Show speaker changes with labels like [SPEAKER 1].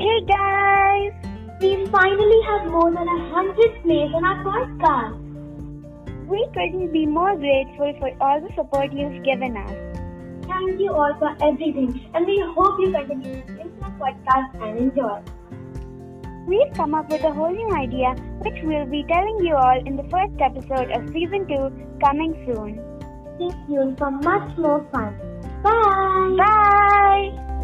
[SPEAKER 1] guys! We finally have more than a hundred plays on our podcast.
[SPEAKER 2] We couldn't be more grateful for all the support you've given us.
[SPEAKER 1] Thank you all for everything, and we hope you continue to listen to our podcast and enjoy.
[SPEAKER 2] We've come up with a whole new idea, which we'll be telling you all in the first episode of season 2 coming soon.
[SPEAKER 1] Stay tuned for much more fun. Bye!
[SPEAKER 2] Bye!